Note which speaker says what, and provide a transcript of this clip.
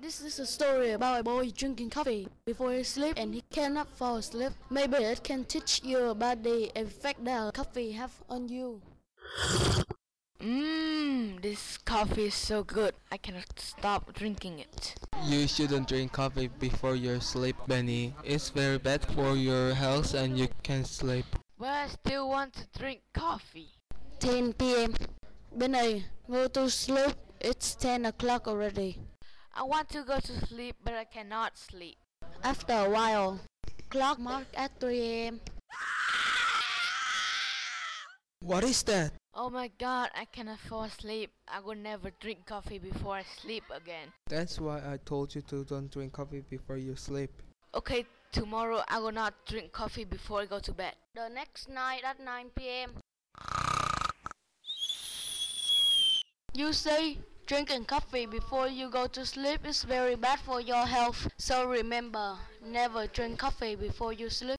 Speaker 1: This is a story about a boy drinking coffee before he sleep and he cannot fall asleep. Maybe it can teach your body effect that coffee have on you.
Speaker 2: Mmm, this coffee is so good. I cannot stop drinking it.
Speaker 3: You shouldn't drink coffee before your sleep, Benny. It's very bad for your health and you can't sleep.
Speaker 2: But I still want to drink coffee.
Speaker 1: 10 p.m. Benny, go to sleep. It's 10 o'clock already.
Speaker 2: I want to go to sleep, but I cannot sleep.
Speaker 1: After a while, clock marked at 3 a.m.
Speaker 3: What is that?
Speaker 2: Oh my god, I cannot fall asleep. I will never drink coffee before I sleep again.
Speaker 3: That's why I told you to don't drink coffee before you sleep.
Speaker 2: Okay, tomorrow I will not drink coffee before I go to bed.
Speaker 1: The next night at 9 p.m. You say drinking coffee before you go to sleep is very bad for your health. So remember, never drink coffee before you sleep.